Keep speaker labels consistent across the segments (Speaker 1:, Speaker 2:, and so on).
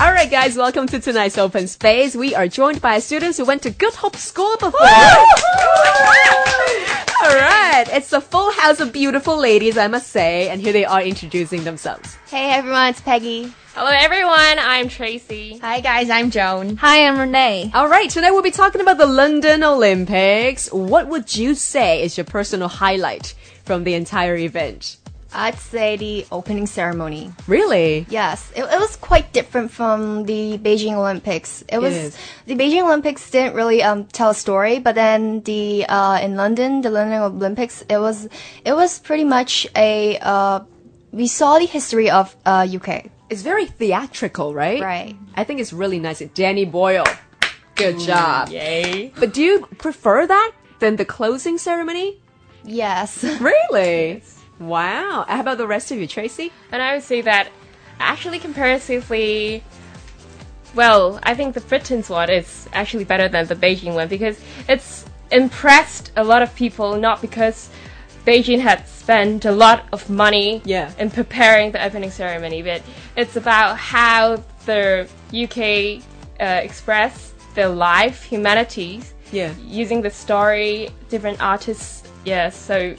Speaker 1: All right, guys, welcome to tonight's open space. We are joined by students who went to Good Hope School before. All right, it's a full house of beautiful ladies, I must say, and here they are introducing themselves.
Speaker 2: Hey everyone, it's Peggy.
Speaker 3: Hello, everyone. I'm Tracy.
Speaker 2: Hi guys, I'm Joan.
Speaker 4: Hi, I'm Renee.
Speaker 1: All right, tonight we'll be talking about the London Olympics. What would you say is your personal highlight from the entire event?
Speaker 2: I'd say the opening ceremony.
Speaker 1: Really?
Speaker 2: Yes, it, it was quite different from the Beijing Olympics. It was
Speaker 1: is.
Speaker 2: the Beijing Olympics didn't really um, tell a story, but then the uh, in London, the London Olympics, it was it was pretty much a uh, we saw the history of uh, UK.
Speaker 1: It's very theatrical, right?
Speaker 2: Right.
Speaker 1: I think it's really nice. Danny Boyle. Good job.
Speaker 3: Yay.
Speaker 1: But do you prefer that than the closing ceremony?
Speaker 2: Yes.
Speaker 1: Really? Wow. How about the rest of you, Tracy?
Speaker 3: And I would say that actually comparatively, well, I think the Britain's one is actually better than the Beijing one because it's impressed a lot of people not because Beijing had spent a lot of money
Speaker 1: Yeah.
Speaker 3: in preparing the opening ceremony, but it's about how the UK uh, express their life, humanities,
Speaker 1: Yeah.
Speaker 3: using the story, different artists. Yeah, so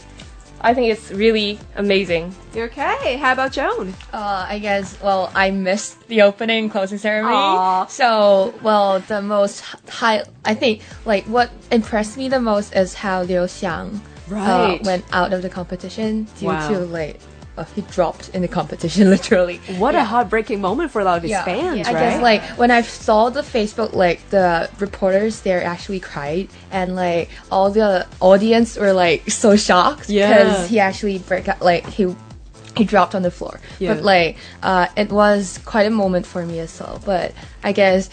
Speaker 3: I think it's really amazing.
Speaker 1: Okay. How about Joan?
Speaker 4: Uh, I guess, well, I missed the opening and closing ceremony.
Speaker 1: Aw.
Speaker 4: So, well, the most high, I think, like, what impressed me the most is how Liu Xiang uh,
Speaker 1: Right.
Speaker 4: went out of the competition due
Speaker 1: Wow.
Speaker 4: to, like, uh, he dropped in the competition, literally.
Speaker 1: What a heartbreaking moment for a lot of his fans,
Speaker 4: I
Speaker 1: right?
Speaker 4: guess like when I saw the Facebook, like the reporters there actually cried, and like all the audience were like so shocked because
Speaker 1: Yeah.
Speaker 4: he actually break out, like he he dropped on the floor.
Speaker 1: Yeah.
Speaker 4: But like uh, it was quite a moment for me as well. But I guess.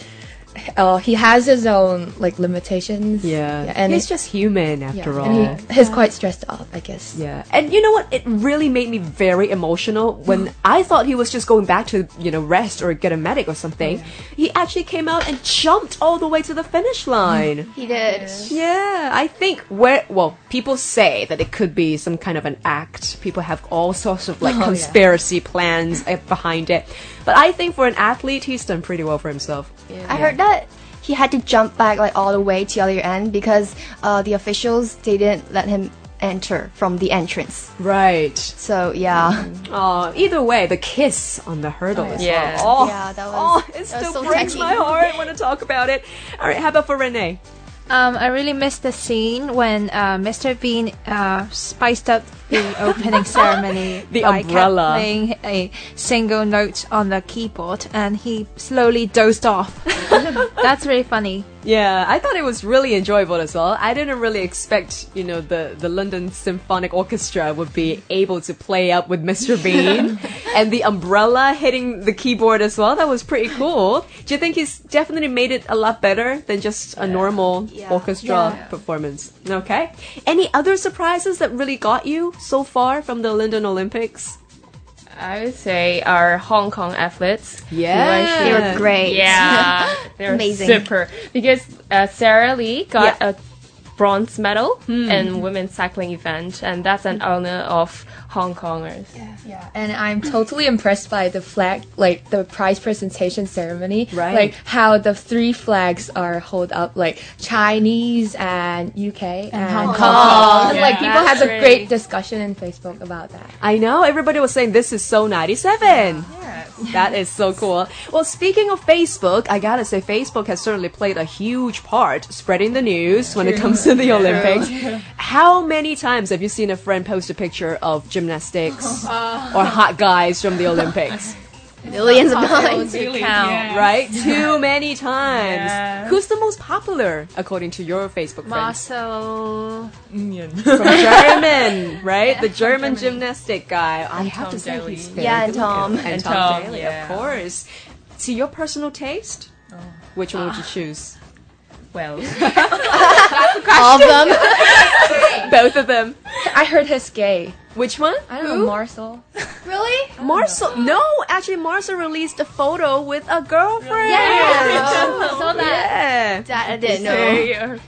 Speaker 4: Uh, he has his own like limitations.
Speaker 1: yeah.
Speaker 4: and
Speaker 1: He's just human
Speaker 4: yeah,
Speaker 1: after all.
Speaker 4: and he, he's quite stressed out, I guess.
Speaker 1: Yeah. And you know what? It really made me very emotional
Speaker 4: Mm.
Speaker 1: when I thought he was just going back to, you know, rest or get a medic or something. He actually came out and jumped all the way to the finish line.
Speaker 2: he did.
Speaker 1: yeah. I think where, well, people say that it could be some kind of an act. People have all sorts of like
Speaker 4: yeah.
Speaker 1: conspiracy plans uh, behind it. But I think for an athlete, he's done pretty well for himself.
Speaker 2: I heard that he had to jump back like all the way to the other end because uh, the officials they didn't let him enter from the entrance.
Speaker 1: Right.
Speaker 2: So yeah.
Speaker 1: Oh, either way, the kiss on the hurdle as
Speaker 3: Yeah.
Speaker 1: well. Oh,
Speaker 2: Yeah, that was-
Speaker 1: oh, it
Speaker 2: that was
Speaker 1: still
Speaker 2: so
Speaker 1: breaks
Speaker 2: touching.
Speaker 1: my heart when I talk about it. All right, how about for Renee?
Speaker 5: Um, I really missed the scene when uh, Mr. Bean uh, spiced up the opening ceremony
Speaker 1: The
Speaker 5: by
Speaker 1: umbrella.
Speaker 5: kept playing a single note on the keyboard, and he slowly dozed off. That's really funny.
Speaker 1: Yeah, I thought it was really enjoyable as well. I didn't really expect, you know, the, the London Symphonic Orchestra would be able to play up with Mr. Bean and the umbrella hitting the keyboard as well. That was pretty cool. Do you think he's definitely made it a lot better than just a normal orchestra performance? Okay. Any other surprises that really got you so far from the London Olympics?
Speaker 3: I would say our Hong Kong athletes.
Speaker 1: Yeah.
Speaker 2: They were great.
Speaker 3: Yeah, they're
Speaker 2: Amazing.
Speaker 3: super. Because uh, Sarah Lee got
Speaker 1: Yeah.
Speaker 3: a bronze medal in women's cycling event, and that's an honor of Hong Kongers.
Speaker 4: Yeah, and I'm totally impressed by the flag, like the prize presentation ceremony.
Speaker 1: Right.
Speaker 4: Like how the three flags are held up, like Chinese and UK and, Hong Kong.
Speaker 3: Yeah.
Speaker 4: Like people
Speaker 3: That's
Speaker 4: had a
Speaker 3: great.
Speaker 4: great discussion in Facebook about that.
Speaker 1: I know. Everybody was saying this is so 97. That is so cool. Well, speaking of Facebook, I gotta say, Facebook has certainly played a huge part spreading the news when it comes to the Olympics. How many times have you seen a friend post a picture of gymnastics or hot guys from the Olympics?
Speaker 2: Millions of times.
Speaker 1: Right? Too many times. Who's the most popular according to your Facebook friends?
Speaker 5: Uh, Marcel,
Speaker 1: From German, right? the German, gymnastic guy. I have to say
Speaker 3: Daley.
Speaker 1: he's very
Speaker 2: Yeah, and
Speaker 1: good looking.
Speaker 2: Tom.
Speaker 1: And,
Speaker 3: And
Speaker 1: Tom,
Speaker 3: Tom,
Speaker 1: Daley,
Speaker 3: yeah.
Speaker 1: of course. To your personal taste, which one would you choose?
Speaker 3: Well,
Speaker 2: All of them.
Speaker 1: Both of them.
Speaker 4: I heard he's gay.
Speaker 1: Which one?
Speaker 4: I don't know, Marcel.
Speaker 2: really?
Speaker 1: Marcel. No, actually, Marcel released a photo with a girlfriend.
Speaker 2: Oh, Yeah.
Speaker 1: saw that.
Speaker 2: That I didn't know.
Speaker 3: they are-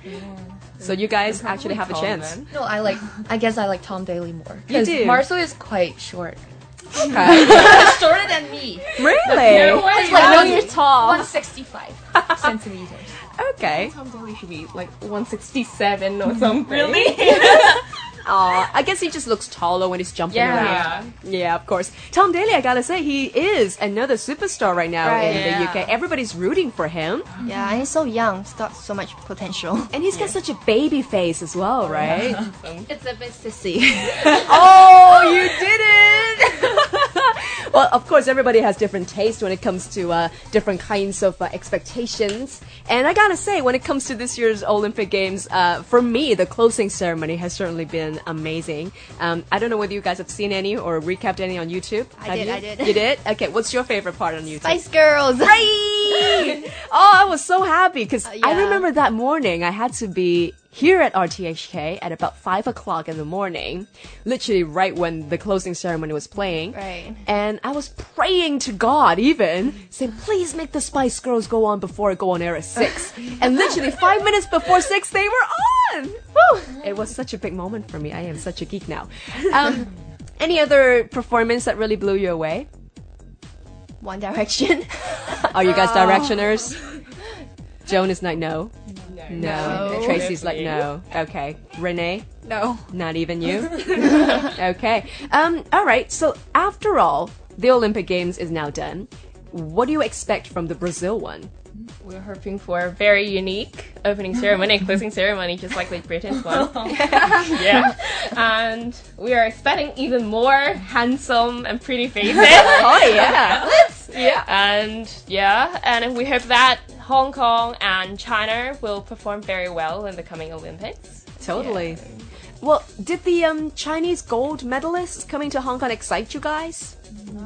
Speaker 1: So you guys actually have a
Speaker 3: Tom
Speaker 1: chance.
Speaker 3: then.
Speaker 4: No, I like. I guess I like Tom Daly more.
Speaker 1: You
Speaker 4: 'Cause
Speaker 1: do.
Speaker 4: Marcel is quite short.
Speaker 6: shorter than me.
Speaker 1: Really?
Speaker 6: It's
Speaker 1: I
Speaker 6: like
Speaker 1: know you're tall.
Speaker 6: 165 centimeters.
Speaker 1: Okay.
Speaker 3: Sometimes we should be like 167 or something.
Speaker 1: Aw, I guess he just looks taller when he's jumping
Speaker 3: Yeah.
Speaker 1: around. Yeah, of course. Tom Daly, I gotta say, he is another superstar right now
Speaker 2: Right.
Speaker 1: in the
Speaker 3: Yeah.
Speaker 1: UK. Everybody's rooting for him.
Speaker 2: Yeah, and he's so young, he's got so much potential.
Speaker 1: And he's got such a baby face as well, right?
Speaker 6: It's a bit sissy.
Speaker 1: oh, you did it! well, of course, everybody has different tastes when it comes to uh, different kinds of uh, expectations. And I gotta say, when it comes to this year's Olympic Games, uh, for me, the closing ceremony has certainly been amazing. Um, I don't know whether you guys have seen any or recapped any on YouTube.
Speaker 2: I
Speaker 1: Have
Speaker 2: did,
Speaker 1: you?
Speaker 2: I did.
Speaker 1: You did? Okay, what's your favorite part on YouTube?
Speaker 2: Spice Girls!
Speaker 1: Yay! oh, I was so happy because I
Speaker 2: Uh, yeah.
Speaker 1: remember that morning I had to be here at RTHK at about five o'clock in the morning, literally right when the closing ceremony was playing.
Speaker 2: Right.
Speaker 1: And I was praying to God, even saying, "Please make the Spice Girls go on before it go on air at 6. and literally five minutes before six, they were on. Woo! It was such a big moment for me. I am such a geek now. Um, any other performance that really blew you away?
Speaker 2: One Direction.
Speaker 1: Are you guys directioners? Joan is like no. No. Tracy's like no. Okay. Renee?
Speaker 6: No.
Speaker 1: Not even you. okay. Um all right. So after all, the Olympic Games is now done. What do you expect from the Brazil one?
Speaker 3: We're hoping for a very unique opening ceremony and closing ceremony, just like the Britain's one. yeah. And we are expecting even more handsome and pretty faces.
Speaker 1: Oh yeah.
Speaker 3: yeah. And yeah, and we hope that Hong Kong and China will perform very well in the coming Olympics.
Speaker 1: totally. Well, did the um, Chinese gold medalists coming to Hong Kong excite you guys?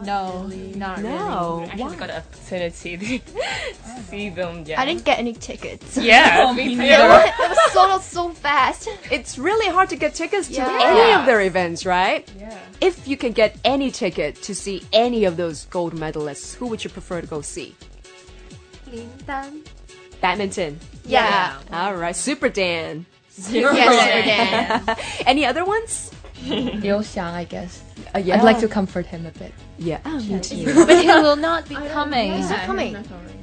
Speaker 6: No, not
Speaker 1: No.
Speaker 2: Oh,
Speaker 3: I actually got an opportunity to see them. Yeah.
Speaker 2: I didn't get any tickets.
Speaker 3: yeah, me too.
Speaker 2: It was, it was sold out so fast.
Speaker 1: It's really hard to get tickets to
Speaker 2: Yeah.
Speaker 1: any of their events, right?
Speaker 3: Yeah.
Speaker 1: If you can get any ticket to see any of those gold medalists, who would you prefer to go see? Badminton.
Speaker 2: Yeah.
Speaker 1: All right, Super Dan.
Speaker 2: Yes, Super Dan.
Speaker 1: Any other ones?
Speaker 4: Liu Xiang, I guess.
Speaker 1: Uh, yeah.
Speaker 4: I'd like to comfort him a bit.
Speaker 1: Yeah. Oh, me too.
Speaker 5: but he will not be coming.
Speaker 2: He's not coming.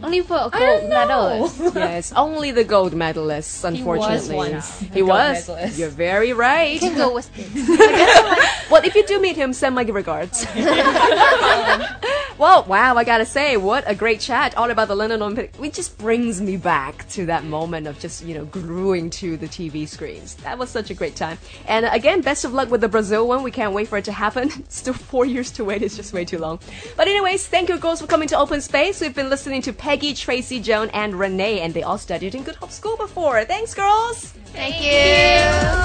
Speaker 5: Only for a gold medalist.
Speaker 1: yes, only the gold medalists, unfortunately.
Speaker 4: once
Speaker 1: He
Speaker 4: gold
Speaker 1: was.
Speaker 4: medalist.
Speaker 1: You're very right.
Speaker 5: Can go with this.
Speaker 1: Well, if you do meet him, send my regards. well, wow, I gotta say, what a great chat all about the London Olympic. It just brings me back to that moment of just, you know, gluing to the TV screens. That was such a great time. And again, best of luck with the Brazil one. We can't wait for it to happen. It's still four years to wait, it's just way too long. But, anyways, thank you girls for coming to Open Space. We've been listening to Peggy, Tracy, Joan, and Renee, and they all studied in Good Hope School before. Thanks, girls!
Speaker 2: Thank you.